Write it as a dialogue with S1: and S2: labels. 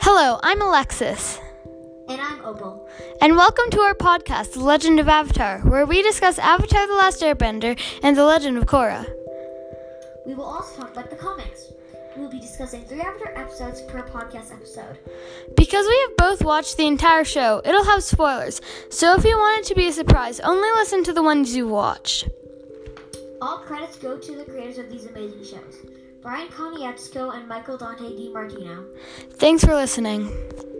S1: Hello, I'm Alexis,
S2: And I'm Opal.
S1: and welcome to our podcast, The Legend of Avatar, where we discuss Avatar The Last Airbender and The Legend of Korra.
S2: We will also talk about the comics. We will be discussing three Avatar episodes per podcast episode.
S1: Because we have both watched the entire show, it'll have spoilers, so if you want it to be a surprise, only listen to the ones you watched.
S2: All credits go to the creators of these amazing shows Brian Konietzko and Michael Dante DiMartino.
S1: Thanks for listening.